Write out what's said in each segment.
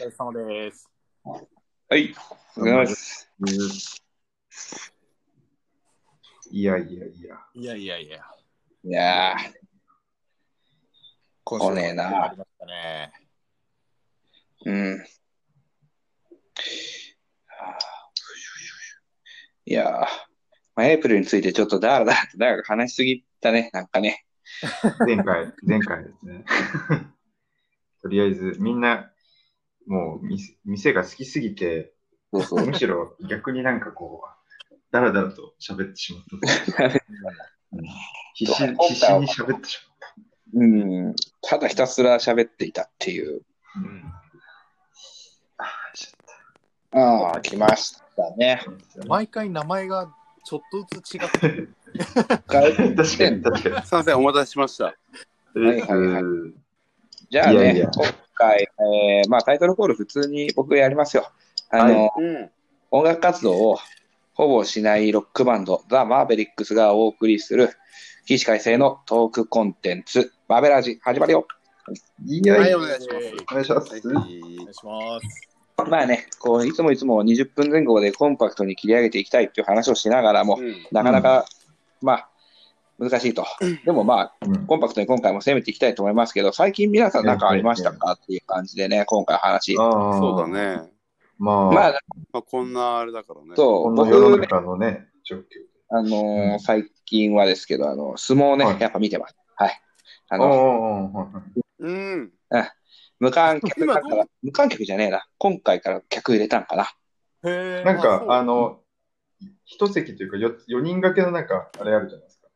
れ様です。はい。おはようございます。いやいやいや。いやいやいや。いやー、今来ねえなありましたね。うん。いやー、まあ、エイプルについてちょっとだらだらとだら話しすぎたね、なんかね。前回、 前回ですね。とりあえず、みんな、もう店、店が好きすぎて、そうそむしろ逆になんかこう、だらだらと喋ってしまった。 必死必死に喋ってしうん。ただひたすら喋っていたっていう。まった。うん。ああーちあ、来ました ね。ょっと毎回名前がちょっとずつ違って確確かに、確かに。すいません、お待たせしました。とりあえず、はいはいじゃあね、いやいや今回、えーまあ、タイトルコール普通に僕やりますよ。あの、はいうん。音楽活動をほぼしないロックバンド、ザ・マーベリックスがお送りする、起死回生のトークコンテンツ、マーベラジ、始まるよ。いやはいい、やお願いします。お願いします。お願いします。まあね、こう、いつもいつも20分前後でコンパクトに切り上げていきたいっていう話をしながらも、うんなかなか、まあ、難しいと。でもまあ、うんコンパクトに今回も攻めていきたいと思いますけど、最近皆さん何かありましたかっていう感じでね、今回話。あーそうだ。ね。まあ、まあ、まあ、こんなあれだからね。う。そこう、の世の僕ね、中のね、状況。あのーうん最近はですけど、あの、相撲ね、はいやっぱ見てます。はい。あああ、の、はいはい。うん。無観客今だどうから、無観客じゃねえな。今回から客入れたんかな。へえなんそか、うあの、一席というかよ、4人掛けのなんか、あれあるじゃないですか。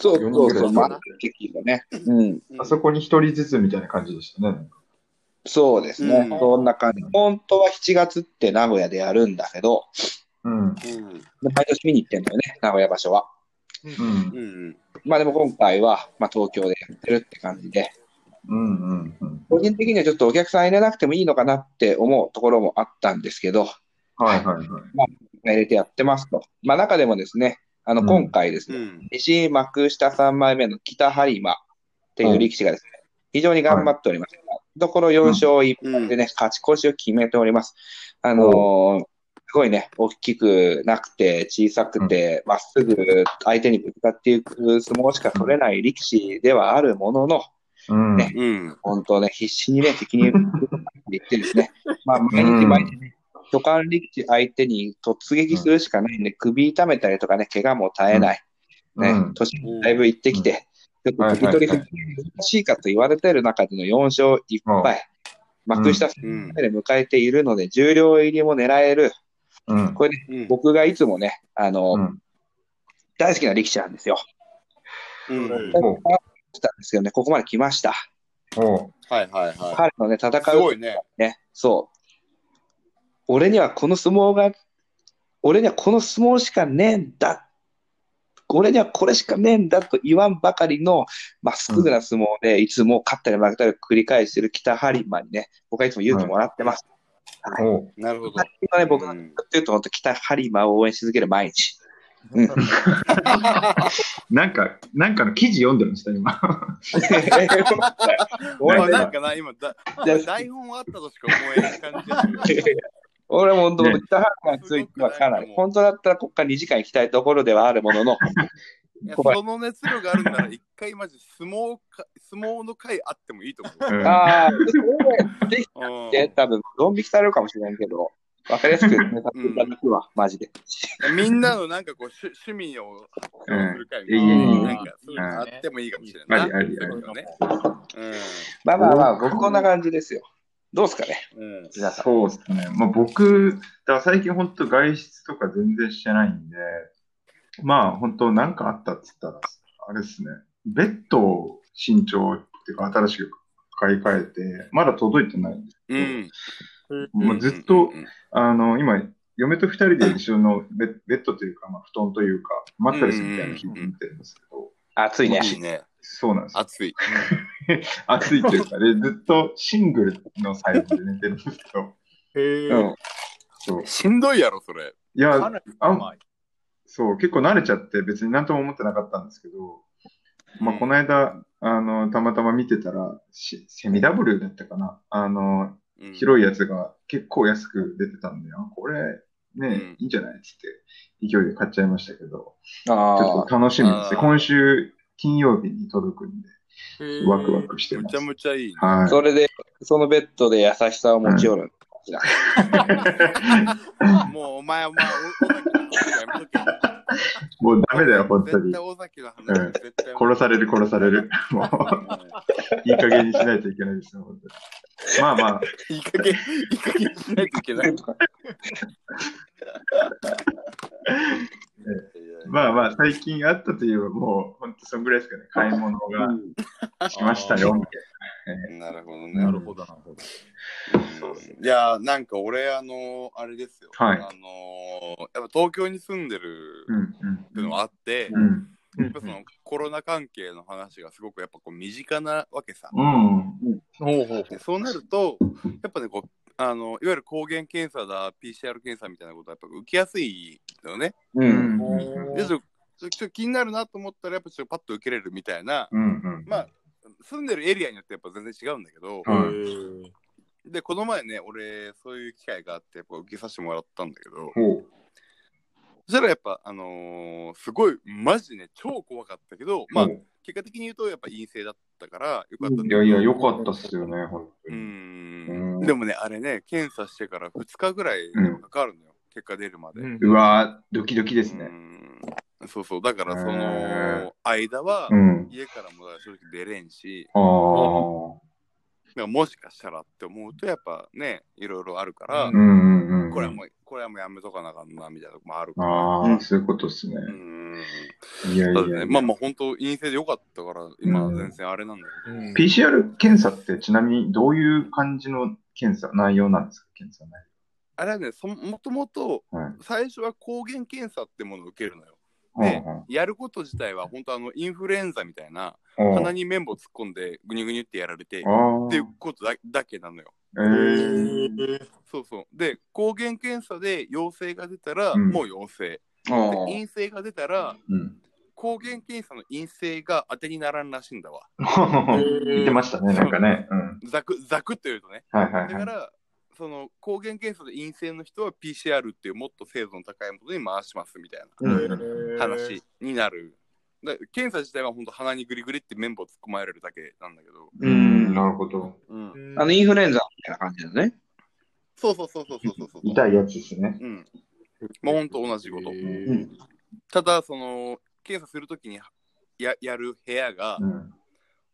そうそうそうまあ、結構ね。うん。うあそこに一人ずつみたいな感じでしたね。そうですね。うんそんな感じ。本当は7月って名古屋でやるんだけど、うん。うん。毎年見に行ってんだよね、名古屋場所は。うん。うん。まあでも今回は、まあ、東京でやってるって感じで、うん。うん。うん。個人的にはちょっとお客さん入れなくてもいいのかなって思うところもあったんですけど、はいはいはい。入れてやってますと。まあ中でもですね、あのうん今回ですね、うん。西井幕下3枚目の北播磨っていう力士がですね、非常に頑張っております。ところ4勝1うんで。ね、勝ち越しを決めております。あのーすごいね、大きくなくて、小さくて、まっすぐ相手にぶつかっていく相撲しか取れない力士ではあるものの、うん。ねうん。本当ね、必死にね、敵に言ってです ね、まあ、毎日毎日ね、巨漢力士相手に突撃するしかないんで、首痛めたりとかね、怪我も絶えない。ね、うん年もだいぶ行ってきて、ちょっと聞き取りが難しいかと言われている中での4勝1敗、幕下3うん。敗で迎えているので、重量入りも狙える、うん。これね、うん。僕がいつもね、あの、うん大好きな力士なんですよ。うん来おうたんですけどね、ここまで来ました。おうはいはいは彼のね、戦い。すごういね。ね、そう。俺にはこの相撲が、俺にはこの相撲しかねえんだ。俺にはこれしかねえんだと言わんばかりのまっすぐな相撲で、いつも勝ったり負けたりを繰り返している北播磨にね、僕はいつも勇気もらってます。おうなるほど。最近はね、僕がうずんっと言うと、本当北播磨を応援し続ける毎日。うんなんか、なんかの記事読んでました、今。ま俺あねなんかな、今、だ台本あったとしか思えない感じがする。 俺も本当、ね北播磨についてはかなり、本当だったらここから2時間行きたいところではあるものの、いやここその熱量があるなら、一回マジ相撲か、相撲の回あってもいいと思うんああ、それう。うんで、多分、ドン引きされるかもしれないけど、わかりやすく、ね、いただくわ、マジで。みんなのなんかこう、趣趣味を発表する会みたいうん永遠にな、なんかそういうのあってもいいかもしれあないり。ありあそうりいう。のね。まあまあまあ、僕こんな感じですよ。どうですかね、うん。うん。皆さん。そうですね。まあ、僕、だから最近本当外出とか全然してないんで、まあ本当なんかあったっつったら、あれですね、ベッドを新調っていうか新しく買い替えて、まだ届いてない。うん。もうずっと、あの、今、嫁と二人で一緒のベベッドというか、まあ、布団というか、マットレスみたいな日を見てるんですけど、暑いね。いいね。そうなんですよ。熱い。暑いというか、で、ずっとシングルのサイズで寝てるんですけど、へえ、うん。そう。しんどいやろ、それ。いや、かなり甘い。そう、結構慣れちゃって別に何とも思ってなかったんですけど、まあ、この間、あの、たまたま見てたら、しセミダブルだったかなあの、うん広いやつが結構安く出てたんで、あ、これ、ね、うんいいんじゃないっつって、勢いで買っちゃいましたけど、ちょあっと楽しみですね。あー今週金曜日に届くんで、へワクワクしてむまちすゃ。むちゃいいね。あ。はそれで、そのベッドで優しさを持ち寄る。い。もうお前、お前、お尾崎の話やめとけ。もうダメだよ、本当絶に対。尾崎の話うん絶対殺される、殺される。もう、いい加減にしないといけないですよ、本当に。まあまあ、いい加減、いい加減しないとい けない。まあまあ、最近あったといえば、もう、本当そんぐらいですかね。買い物がうんしましたよ、みたいなるほどね。ななるるほほど、なるほど。いやー、なんか俺、あのーあれですよ。はいあのーやっぱ東京に住んでるな。っていうのもあって、うん、うん。やっぱそのコロナ関係の話がすごくやっぱこう身近なわけさ。うん。ほうほうでそうなると、やっぱね、こう、あの、いわゆる抗原検査だ、PCR 検査みたいなことはやっぱ受けやすいのね。う。うんん。ほう。で、ちょちょちょっと気になるなと思ったら、やっぱちょっとパッと受けれるみたいな、うん。うん。まあ、住んでるエリアによってやっぱ全然違うんだけど、うんへで、この前ね、俺、そういう機会があって、やっぱ受けさせてもらったんだけど、ほう。そしたらやっぱ、あのーすごい、マジね、超怖かったけど、まあ、結果的に言うと、やっぱ陰性だったから、よかったんだいけどやいや、良かったっすよね、本当うに。んうんでもね、あれね、検査してから2日ぐらいかかるのよ、結果出るまで。ーうわー、ドキドキですうね。んそうそう、だからそへの間は、うん。家からも正直出れんし、ああ。でももしかしたらって思うと、やっぱね、いろいろあるから、ううんうんうん。これはもう、これはもうやめとかなあかんな、みたいなとこもあるから。ああ、そういうことっすね。うんいやいそうだやね、。まあまあ本当陰性でよかったから今は全然あれなんだけど、うん PCR 検査ってちなみにどういう感じの検査、内容なんですか検査内あれはねそもともと容。はい。最初は抗原検査ってものを受けるのよねね、やること自体は本当あのインフルエンザみたいな鼻鼻に綿棒突っ込んでグニュグニュってやられてあっあ。ていうことだだけなのよ。えーそうそうで抗原検査で陽性が出たらうんもう陽性、で陰性が出たら うん。抗原検査の陰性が当てにならんらしいんだわ。言ってましたね、なんかね。うん。ざくざくっと言うとね。はいだはいかはい。らその抗原検査で陰性の人は PCR っていうもっと精度の高いものに回しますみたいなうん話になる。だ検査自体は本当鼻にグリグリって綿棒突っ込まれるだけなんだけど。うん、なるほど。うんあの、インフルエンザみたいな感じだね。そうそうそうそうそうそうそう。痛いやつですね。うん。まあ、本当同じこと。うんただ、その、検査するときにややる部屋がう、ん。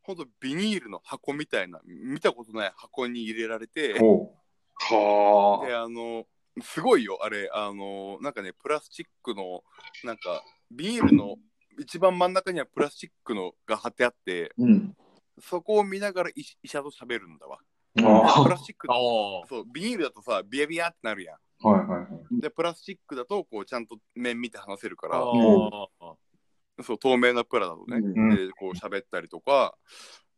本当ビニールの箱みたいな、見たことない箱に入れられて、で、ほはあの、すごいよ、あれ、あの、なんかね、プラスチックの、なんか、ビニールの一番真ん中にはプラスチックのが貼ってあって、う。うん。そこを見ながら医医者と喋るんだわ。あプラスチックあ、あ。そう、ビニールだとさ、ビヤビヤってなるやん。はいはいはい。で、プラスチックだと、こう、ちゃんと面見て話せるから、ああ。そう、透明なプラだとね、うんでこう喋ったりとか、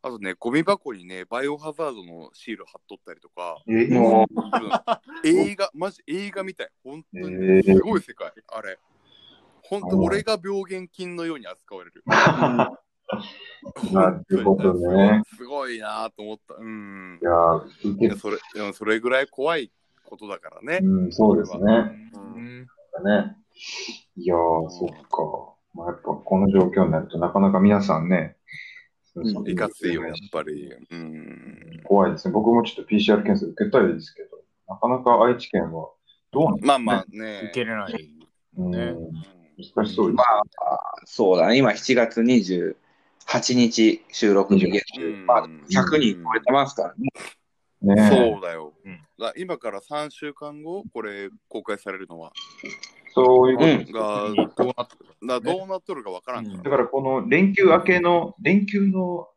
あとね、ゴミ箱にね、バイオハザードのシール貼っとったりとか、えい。もう、映画、マジ映画みたい。本当へに、ーすごい世界、あれ。本当、俺が病原菌のように扱われる。な本当るほどにね。すごいなと思った。うんい。やー、い受けやそれうんそれぐらい怖いことだからね。うん、そうですね。うんねいやー、そっか。まあ、やっぱこの状況になると、なかなか皆さんね、うんいかついよ、やっぱり。うん。怖いですね。僕もちょっと PCR 検査受けたいですけど、なかなか愛知県はどうなんまあまあね受。けれない。うんね難しそうでまあ、そうだね。今、7月28日収録日月う中、んまあ、100人超えてますからね。すね。そうだよ。うんだ今から3週間後、これ公開されるのは。そういうことですよがこうなってだどうなっとるかわからんから。だからこの連休明けの、連休の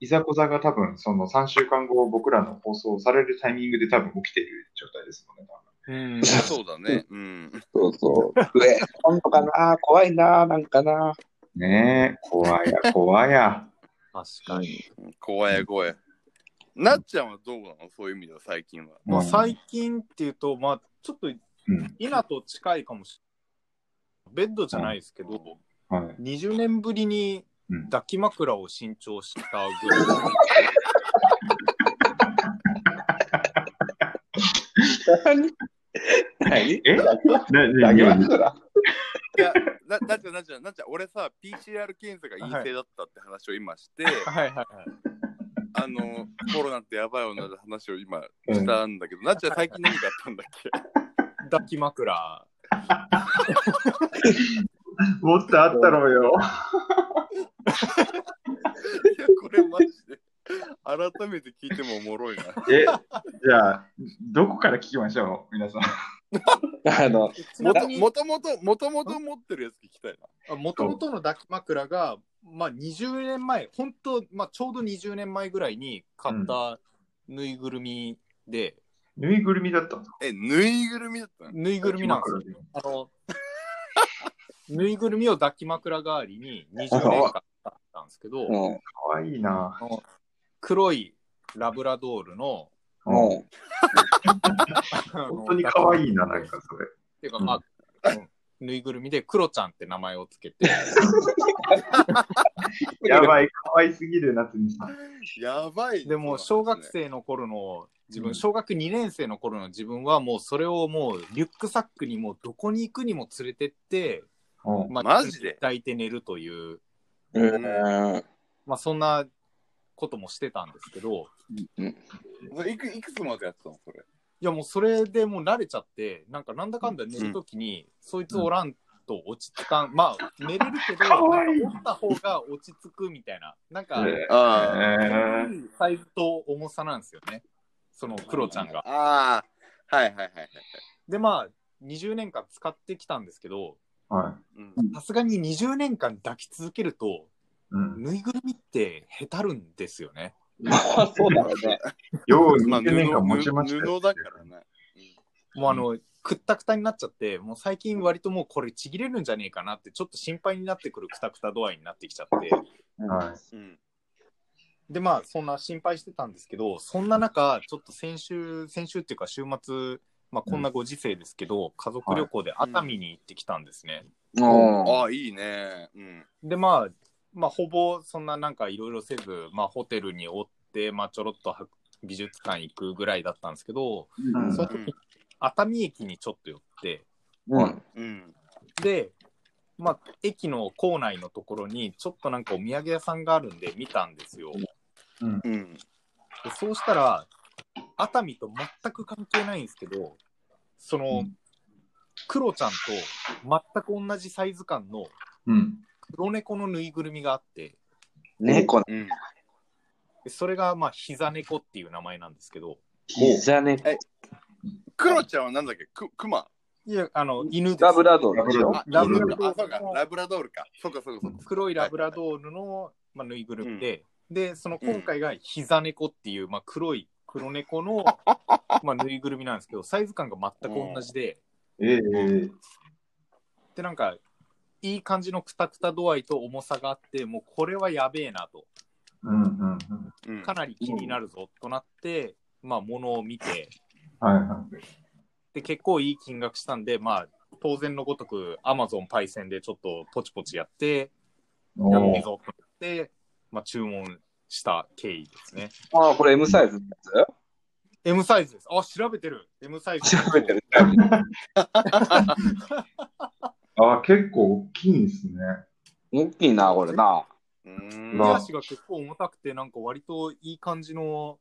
いざこざが多分その3週間後僕らの放送されるタイミングで多分起きている状態ですもんね。うん。そうだね。うん。そうそう。え、本当かな怖いななんかなねえ、怖い や、怖いや。確かに。怖い怖い。なっちゃんはどうなのそういう意味では最近は。まあ、最近っていうと、まあ、ちょっとうん、稲と近いかもしれない。ベッドじゃないですけど、はい。 20年ぶりにうん抱き枕を新調したぐらい。何何えな投げまなくらいや、ななっちゃん、なっちゃん、なっちゃん、俺さ、PCR 検査が陰性だったって話を今して、はいはいはい。あの、コロナってやばいよなって話を今したんだけど、なっちゃん、最近何があったんだっけ抱き枕。もっとあったろうよ。 いや、これマジで。改めて聞いてもおもろいな。え、じゃあ、どこから聞きましょう、皆さん。あの、もともともと、もともと持ってるやつ聞きたいな。もともとの抱き枕が、まあ、20年前、本当、まあ、ちょうど20年前ぐらいに買ったぬいぐるみで、ぬいぐるみだったんですかえ、ぬいぐるみだったのぬいぐるみなんですよ。よ。あの ぬいぐるみを抱き枕代わりに20年間買ったんですけど、うん、かわいいな。黒いラブラドールの、うんうん。本本当にかわいいな、なんかそれ。ていうか、まあ、うんぬいぐるみでクロちゃんって名前をつけて、やばい、かわいすぎる、夏美さん。やばいね。でもそ小うなん学ですね。生の頃の自分、うん小学2年生の頃の自分はもうそれをもうリュックサックにもうどこに行くにも連れてって、うんまマジで抱いて寝るという、うんまあそんなこともしてたんですけど、それいくいくつまでやってたのそれ。いやもうそれでもう慣れちゃって、なんかなんだかんだ寝るときに、そいつおらんと落ち着かん、まあ寝れるけど、 かわいいなんかおった方が落ち着くみたいな、なんか、あえーサイズと重さなんですよね、そのクロちゃんが。ああ、はいはいはいはい。でまあ20年間使ってきたんですけどはい。うんさすがに20年間抱き続けるとうん。ぬいぐるみってへたるんですよねまあ、そうだろうね。ようまあ20年間持ちました布よ布だからね。もうあの、くったくたになっちゃってもう最近割ともうこれちぎれるんじゃねえかなってちょっと心配になってくるくたくた度合いになってきちゃってはうん。でまあそんな心配してたんですけどそんな中ちょっと先週先週っていうか週末まあこんなご時世ですけど、家族旅行で熱海に行ってきたんですね、うんああ、いいね。うん。でまあまあほぼそんななんかいろいろせず、まあ、ホテルにおって、まあ、ちょろっとは美術館行くぐらいだったんですけど、うんその時熱海駅にちょっと寄ってうん。うん。で、まあ、駅の構内のところにちょっとなんかお土産屋さんがあるんで見たんですよでうん。そうしたら熱海と全く関係ないんですけどその、うんクロちゃんと全く同じサイズ感のい。うん。黒猫のぬいぐるみがあって猫、うん。でそれがまあ膝猫っていう名前なんですけど膝猫え。クロちゃんはなんだっけく、クマ。いや、あの、犬です。ラブラドルでしょあ、ララブブララドドールール。あ、そうか、ラブラドールか。そうか、そうか、そうか。黒いラブラドールの、まあ、ぬいぐるみで、で、その今回が膝猫っていう、まあ、黒い黒猫 の、まあ、ぬいぐるみなんですけど、サイズ感が全く同じで、ええー。で、なんか、いい感じのくたくた度合いと重さがあって、もうこれはやべえなと、うんうんうん。うんかなり気になるぞとなって、まあ、ものを見て、はいはい。で、結構いい金額したんで、まあ、当然のごとく、アマゾンパイセンでちょっとポチポチやって、おやってーぞって、まあ、注文した経緯ですね。ああ、これ M サイズのや M サイズです。あ、調べてる。M サイつズ。 調べてる。あ、結構大きいんですね。大きいな、これな。う手ん。な足が結構重たくて、なんか割といい感じの、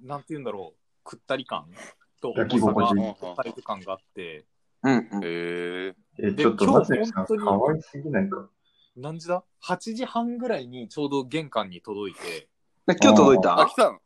なんて言うんだろう、くったり感と焼き重さ心が地、うんサイズ感があって、うんうん。へえ。え、でちょっと今日夏美さん、本当にかわいすぎないか。何時だ ?8 時半ぐらいにちょうど玄関に届いて、で今日届いあ、た来たの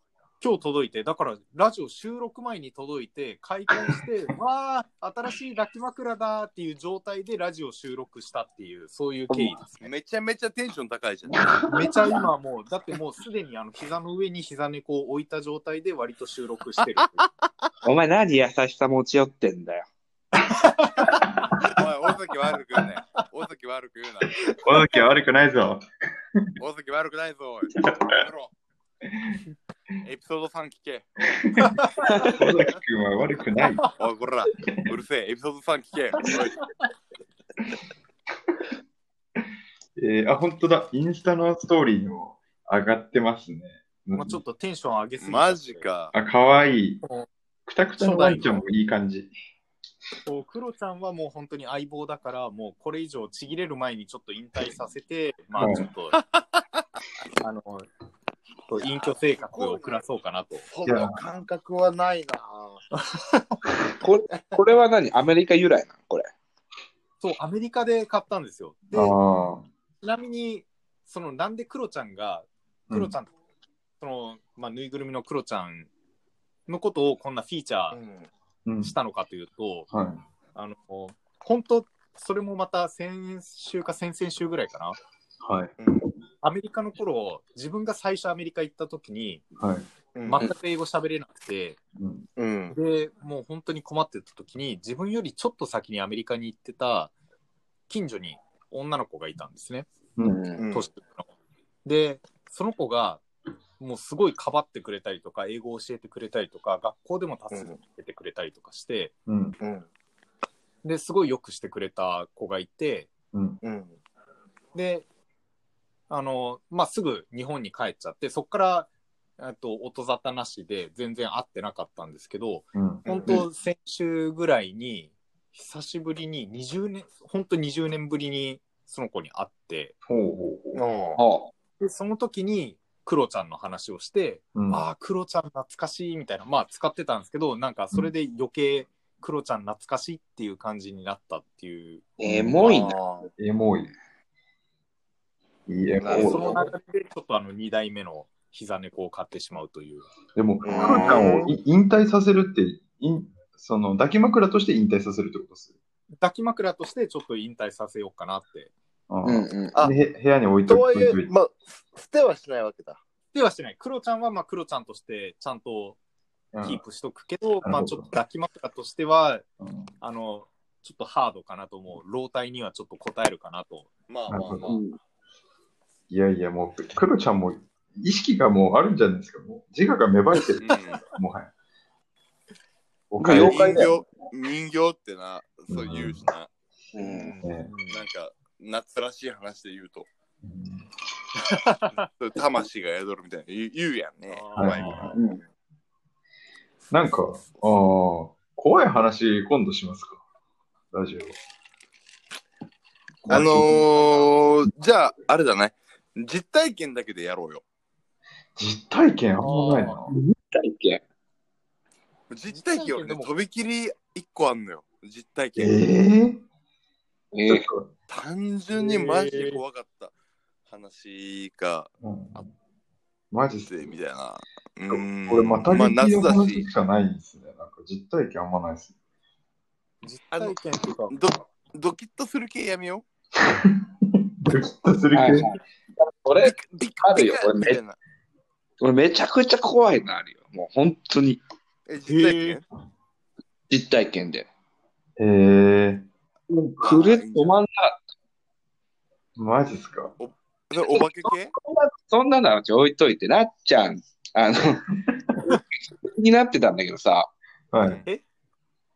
今日届いて、だからラジオ収録前に届いて、開店して、わあ、新しい抱き枕だーっていう状態でラジオ収録したっていう、そういう経緯ですね。めちゃめちゃテンション高いじゃん。めちゃ今もう、だってもうすでにあの膝の上に膝猫を置いた状態で割と収録してる。お前何優しさ持ち寄ってんだよ。おい、大崎悪く言うね。大崎悪く言うな。この時は悪くないぞ。大崎悪くないぞ。おいやめろエピソード3聞け。小崎君は悪くない。おい、こら、うるせえ。エピソード3聞け。おいえー、あ、本当だ。インスタのストーリーにも上がってますね。まあちょっとテンション上げすぎちゃてマジ。か。あ、かわいい。くたくたのワンちゃんもいい感じ。こうクロちゃんはもう本当に相棒だから、もうこれ以上ちぎれる前にちょっと引退させて、まあちょっと、あの、隠居生活を暮らそうかなと。その感覚はないなこれこれは何アメリカ由来なのこれ。そう、アメリカで買ったんですよ。で、ああ。ちなみに、そのなんでクロちゃんが、クロちゃん、その、まあ、ぬいぐるみのクロちゃんのことをこんなフィーチャぁ。うんーしたのかというと、はい。あの、本当、それもまた先週か先々週ぐらいかな。はい。アメリカの頃、自分が最初アメリカ行った時に、はい。うん。全く英語喋れなくて、うん。うん。で、もう本当に困ってた時に、自分よりちょっと先にアメリカに行ってた近所に女の子がいたんですね。うん。うん年上のでその子がもうすごいかばってくれたりとか英語を教えてくれたりとか学校でも助けてくれたりとかして、うん。うん。ですごいよくしてくれた子がいてうん。うん。であの、まあ、すぐ日本に帰っちゃってそこからえっと音沙汰なしで全然会ってなかったんですけどうん。本うん当先週ぐらいに久しぶりに20年本当20年ぶりにその子に会ってほうほうほあうでその時にクロちゃんの話をしてう。うん。ああ、クロちゃん懐かしいみたいな、まあ使ってたんですけど、なんかそれで余計、クロちゃん懐かしいっていう感じになったっていう、エん。モいな。な。エモいね。いいエなるそのほモい。中でちょっとあの2代目の膝猫を買ってしまうという。でも、クロちゃんをい引退させるって、いんその抱き枕として引退させるってことでする。抱き枕としてちょっと引退させようかなって。ああうんうん。あでへ部屋に置いとといはいえ置い、といて。まあ、捨てはしないわけだ。ではしてない。クロちゃんはまあクロちゃんとしてちゃんとうんキープしとくけど、うんまあちょっと抱き枕としては、うんあの、ちょっとハードかなと思う。老体にはちょっと応えるかなと。まあまあまあ。いやいや、もう、クロちゃんも意識がもうあるんじゃないですか。もう自我が芽生えてる、もはや。おか妖え怪だ人形、人形ってな、そう言うしな。うんりね。なんか、夏らしい話で言うと、うんそういう魂が宿るみたいな言う言うやんね。あー前にうんなんか、ああ、怖い話、今度しますか。ラジオ。あのー、じゃあ、あれだね。実体験だけでやろうよ。実体験あんまないなあ。体験。実体験は実体験でね、もとびきり一個あんのよ。実体え験。ええちょっえと単純にマジで怖かった話がうんマジっすで、みたいな。うこーん。れまたまあ、劇夏のだ話しし。かないですね。なんか実体験あんまないです。実体験とか。ど、ドキッとする系やめよドキッとするはいは系い。これ、う。ビッあるよビッみたいな。俺めちゃくちゃ怖いのあるよ。もう本当に。え、実体へ験実体験で。へえもうくるっと止まんなかっマジっすか。それお化け系た。こんなそんなのは置いといて、なっちゃん、あの、気になってたんだけどさ、はういん。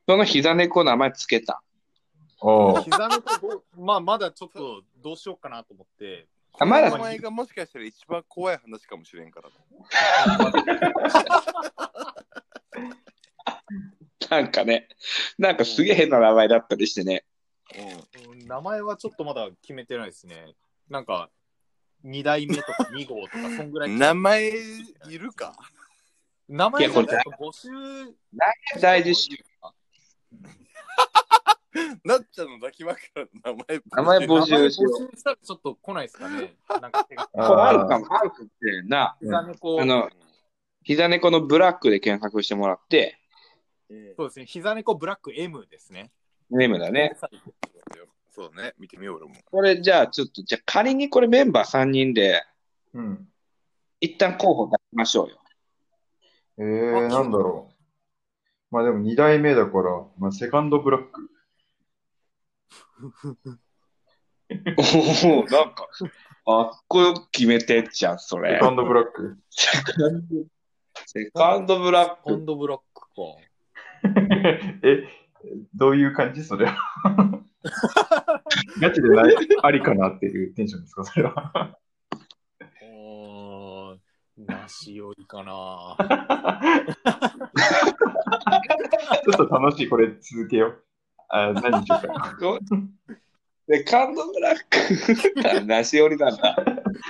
その膝猫名前つけた。おう膝のとこ、まあ、まだちょっとどうしようかなと思って、あま名だ、前がもしかしたら一番怖い話かもしれんから。なんかね、なんかすげえ変な名前だったりしてね。ううん名前はちょっとまだ決めてないですね。なんか、2代目とか2号とか、そんぐらい。ん。名前いるか名前いやこがれなんか募集、大事し、なっちゃんの抱き枕の名前。名前名前募募集集しよう。したらちょっと来ないですかね。なんか手が、これあるあかも、あるかもしれんな。膝猫、あの、膝猫のブラックで検索してもらって、うんそうですね、膝猫ブラック M ですね。ネームだね。そうだね。見てみよう俺も。これじゃあちょっと、じゃあ仮にこれメンバー3人で、ーうん。一旦候補出しましょうよ。えー、なんだろう。まあでも2代目だから、まあセカンドブラック。おお、なんか、あっこよく決めてっちゃん、そセれカ。ンドブラッ ク。セカンドセカンドブラッポク。ンドブラックか。え、どういう感じそ れは。ガチでない、ありかなっていうテンションですかそれは。おーなしよりかな。ちょっと楽しい、これ続けよう。あ何にしようか。ごで、感動ブラッ ク。なし寄りなんだ。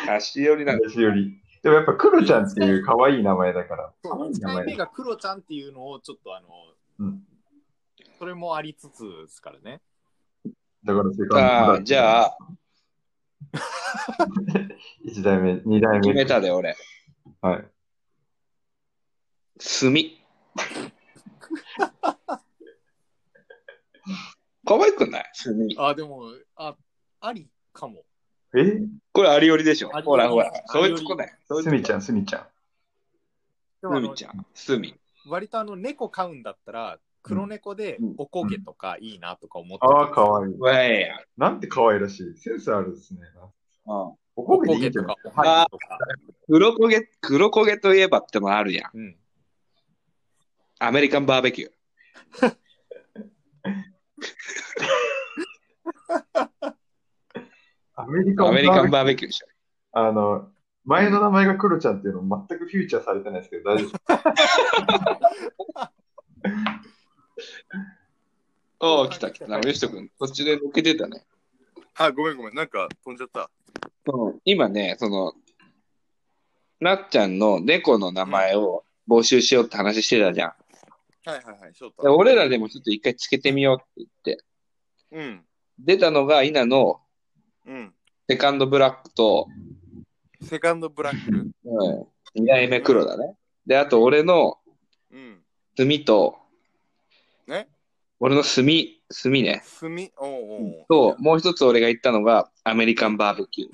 なし寄り なんだ。私より。でもやっぱクロちゃんっていう可愛い名前だから。可愛い1名回前目がだ。クロちゃんっていうのをちょっとあの、うんそれもありつつですからね。だからセさカンあ、ド。じゃあ。 あ、 1代目、2代決目。めたで、俺。はい。炭。可愛くない炭。あ、でも、あ、ありかも。えこれありよりでしょあ。りほよりらほらありよ。りそういうとこだよ。そういうすとこみちゃん、すみちゃん。でもあ炭のちゃん。炭。割とあの猫飼うんだったら、黒猫でうんおこげとかいいなとか思ってああ、かいわいい。わいや。なんて可愛らしい。センスあるですね。うん。おおこげこでいいげんじゃとないかおはぎとか。黒焦げ、黒焦げといえばってもあるやん。うん。アメリカンバーベキュー。アメリカンアメリカンバーベバーベキューでしょ。あの、前の名前がクロちゃんっていうの全くフューチャーされてないですけど、大丈夫。おお、来た来た。な吉人君、途中で抜けてたね。あ、ごめんごめん。なんか飛んじゃった。うん今ね、その、なっちゃんの猫の名前を募集しようって話してたじゃん。はいはいはい、翔で太。俺らでもちょっと一回つけてみようって言って、うん。出たのが稲のうん。セカンドブラックと、セカンドブラック。うん、二代目黒だね。で、あと俺のうん。炭と、ね俺の炭、炭ね。炭おうおうおと、うもう一つ俺が言ったのがアメリカンバーベキュー。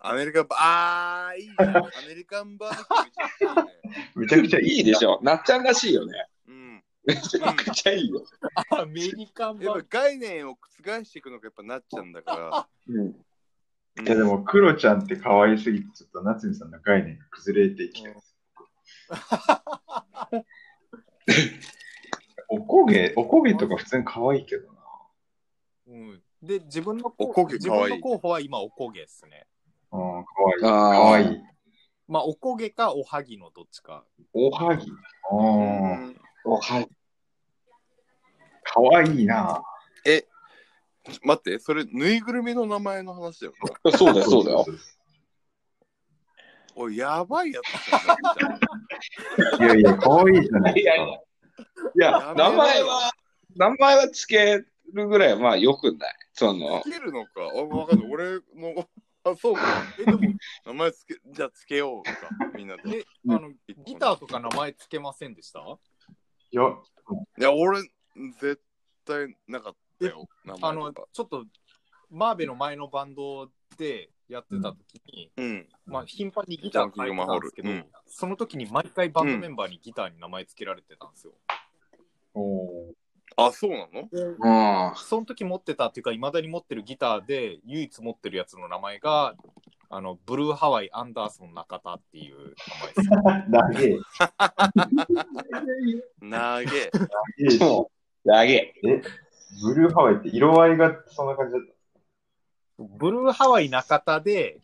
アメリカンバあー、いいね。アメリカンバーベキューめちゃくちめちゃくちゃゃいいね。いい。いいでしょなっちゃんらしいよね。うん。めちゃくちゃいいよ。アメリカンやバっーぱ概念を覆していくのがやっぱなっちゃうんだかうん。ら。 いやでも、クロちゃんって可愛すぎて、ちょっと夏美さんの概念が崩れてきて。おこげ、おこげとか普通に可愛いけどな。うん。で、自分のおこげ自かわ分いいの候補は今おこげですね。うん、可愛い。可あ愛あ、い。まあ、おこげかおはぎのどっちか。おはぎ。ううん。んおはい。可愛いな。ちょ待って、それ、ぬいぐるみの名前の話だよな。そうだよ、そうだよ。おい、やばいやつだなみたいなやいいや、可愛いじゃないいですやか。いやいや、名前は、名前はつけるぐらいはまあよくない。その、つけるのか。あ、わかんない。俺の、あ、そうか。え、でも、名前つけ、じゃあつけようか。みんなで。で、うんあの、ギターとか名前つけませんでしたいや、いや、俺、絶対なかったよ。名前あとの、か。ちょっと、マーベの前のバンドでやってた時に、うん。まあ、頻繁にギター変えてたんですけど、ジャンキングその時に毎回バンドメンバーにギターに名前つけられてたんですよ。おーあ、そうなのうん。その時持ってたっていうか、いまだに持ってるギターで、唯一持ってるやつの名前が、あの、ブルーハワイ・アンダーソン・中田っていう名前です。長え。なげえ。長えしそう。あげ。ブルーハワイって色合いがそんな感じだった。ブルーハワイ中田で、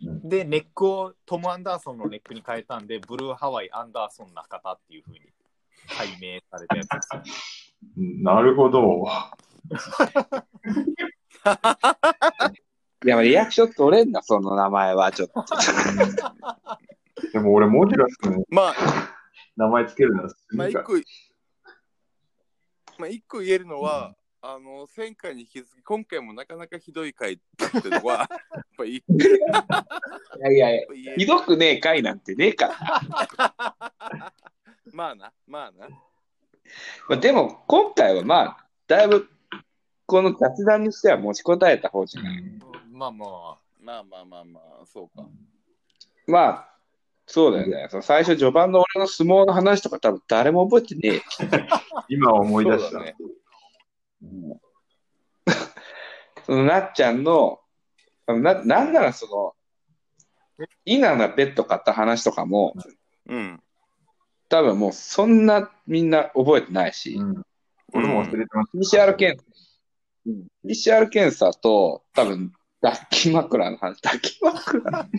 うで、ネックをトム・アンダーソンのネックに変えたんで、ブルーハワイ・アンダーソン中田っていうふうに改名されたやつです。うんなるほど。 いや、リアクション取れんな、その名前は。ちょっと。でも俺、モジュラスのまあ、名前つけるなら、まあ、一個、まあ、一個言えるのは、あの、前回に引き続き、今回もなかなかひどい回ってのは、やっぱいい。やっいやいやいや。ぱ言えひるどくねえかいなんてねえから。まあな、まあな。まあ、でも、今回はまあ、だいぶ、この雑談にしては持ちこたえた方じゃない。まあままあまあまあまあ、そうか。まあ、そうだよね。その最初、序盤の俺の相撲の話とか多分誰も覚えてねえよ。今思い出しそうた。だねそのなっちゃんの、な、なんならその、稲なベッド買った話とかも、うん。多分もうそんなみんな覚えてないし、うん俺も忘れてまし PCR 検査、うん、PCR 検査と、多分抱き枕の話、抱き枕た。い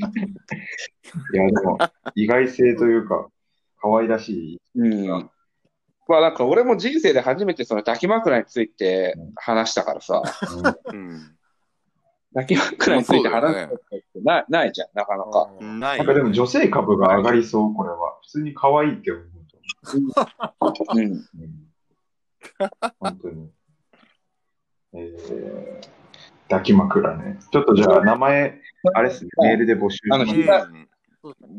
や、でも、意外性というか、可愛らしい。うん。ままあなんか俺も人生で初めてその抱き枕について話したからさ、うん抱き枕について話すことってな,、ないじゃん、なかなか。うんないなんかでも女性株が上がりそう、これは。普通に可愛いって思うと。うん。うん、本当に。えー、抱き枕ね。ちょっとじゃあ名前、あれっすね、メールで募集しあのます。膝うん募集し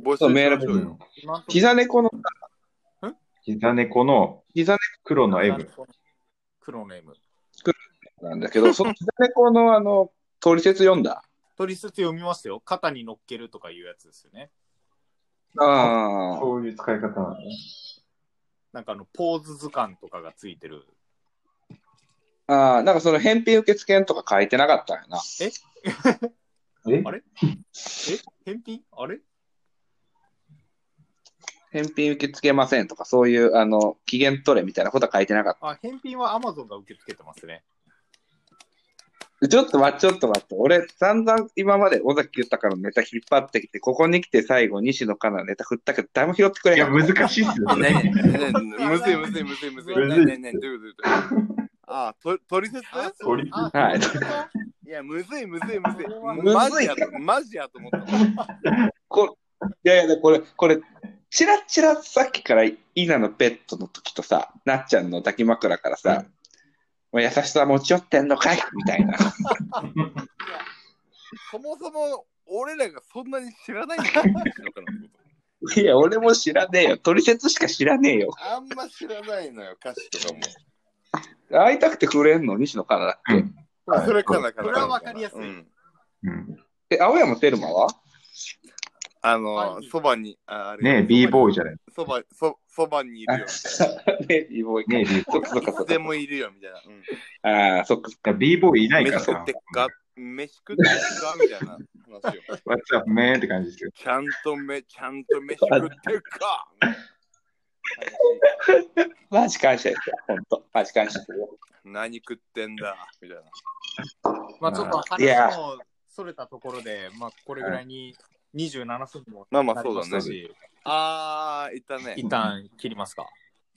ましそょううメールう募ん今んとこ膝猫の、膝猫の膝黒の M。黒の M。猫なんだけど、その膝猫のあの、取説読んだ。取りつつ読みましたよ。肩に乗っけるとかいうやつですよね。ああ。そういう使い方なのね。なんかあの、ポーズ図鑑とかがついてる。ああ、なんかその返品受付とか書いてなかったよな。えあれえ返品あれ返品受け付けませんとか、そういう、あの、期限取れみたいなことは書いてなかっあ、返品は Amazon が受け付けてますね。た。ちょっと待って、ちょっと待って。俺、散々今まで尾崎豊のネタ引っ張ってきて、ここに来て最後、西野カナのネタ振ったけど、誰も拾ってくれいへや、ん。難しいっすよねね。えねえねえむずいむずいむずいむずい。むねずえいねえねえどういうことどういうことああ、と取説取りあはいそういうこいや、むずいむずいむずいむ。ずいマジやと、マジやと思った。こいやいや、これ、これ、チラチラさっきから、イナのベッドの時とさ、なっちゃんの抱き枕からさ、もう優しさ持ち寄ってんのかいみたいな。そもそも俺らがそんなに知らないんだよ。いや、俺も知らねえよ。取説しか知らねえよ。あんま知らないのよ、歌詞とかも。会いたくて触れんの、西野カナだっけ。うんはいそれかなかな。それはわかりやすいうんうんえ、青山テルマはあはのい、そばに、ああれねえ、b ボーイじゃない。そば、そそばにいるよ。 ねビーボーイ。ねえ、b ボそーっイかそっかそっいつでか。もいるよ、みたいな。うんああ、そっか。いや。b ボーイいないか飯ら食っさてっ。か飯食ってっかみたいな話よ。 What's up, man? って感じですけど。ちゃんとめ、ちゃんと飯食ってっかマジ感謝ですよ。ほんと。マジ感謝するよ。何食ってんだみたいな。とまあちょっといや話もそれたところで、まあこれぐらいに27分もまあまあなりましたし、あー、いたね。一旦切りますか。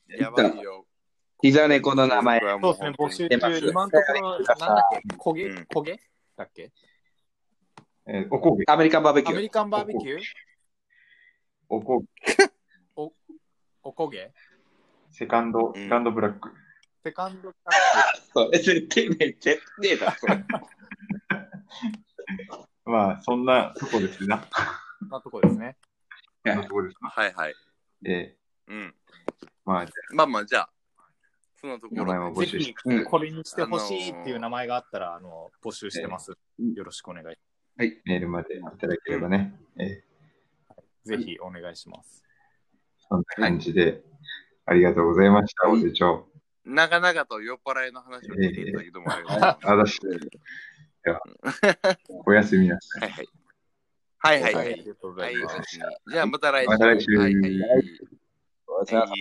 やばいよ。 膝猫の名前こ。れはそもうですね、募集出ます中、今のところ、なんだっけ、焦げ、うん焦げだっけえーおこげ、アメリカンバーベキアュメー。リカンバーベキューおこげ、お焦げセカンド、うんセカンドブラック。セカンドタそれ絶対めっちゃねえだ。そ れまあ、そんなとこですな。ックなとこですね。そんなとこですな。はいはい。えうん。ーまあ、まあまあ、じゃあ、そのとこ名前もろ募ぜ集してひ。、これにしてほしいっていう名前があったら、あの、募集してます。よろしくお願いしまメールまでいただければね、えす。ぜひお願いします。ーそんな感じで、ありがとうございました、はいお手帳。で、長々と酔っ払いの話を聞いていただきどうもありがとうあございます。だし、では、おやすみなさはいはい。はいはいはあいり。がとうござはいい、ます。じゃあまた来週。また来週はいはいはは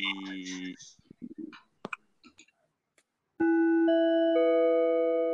い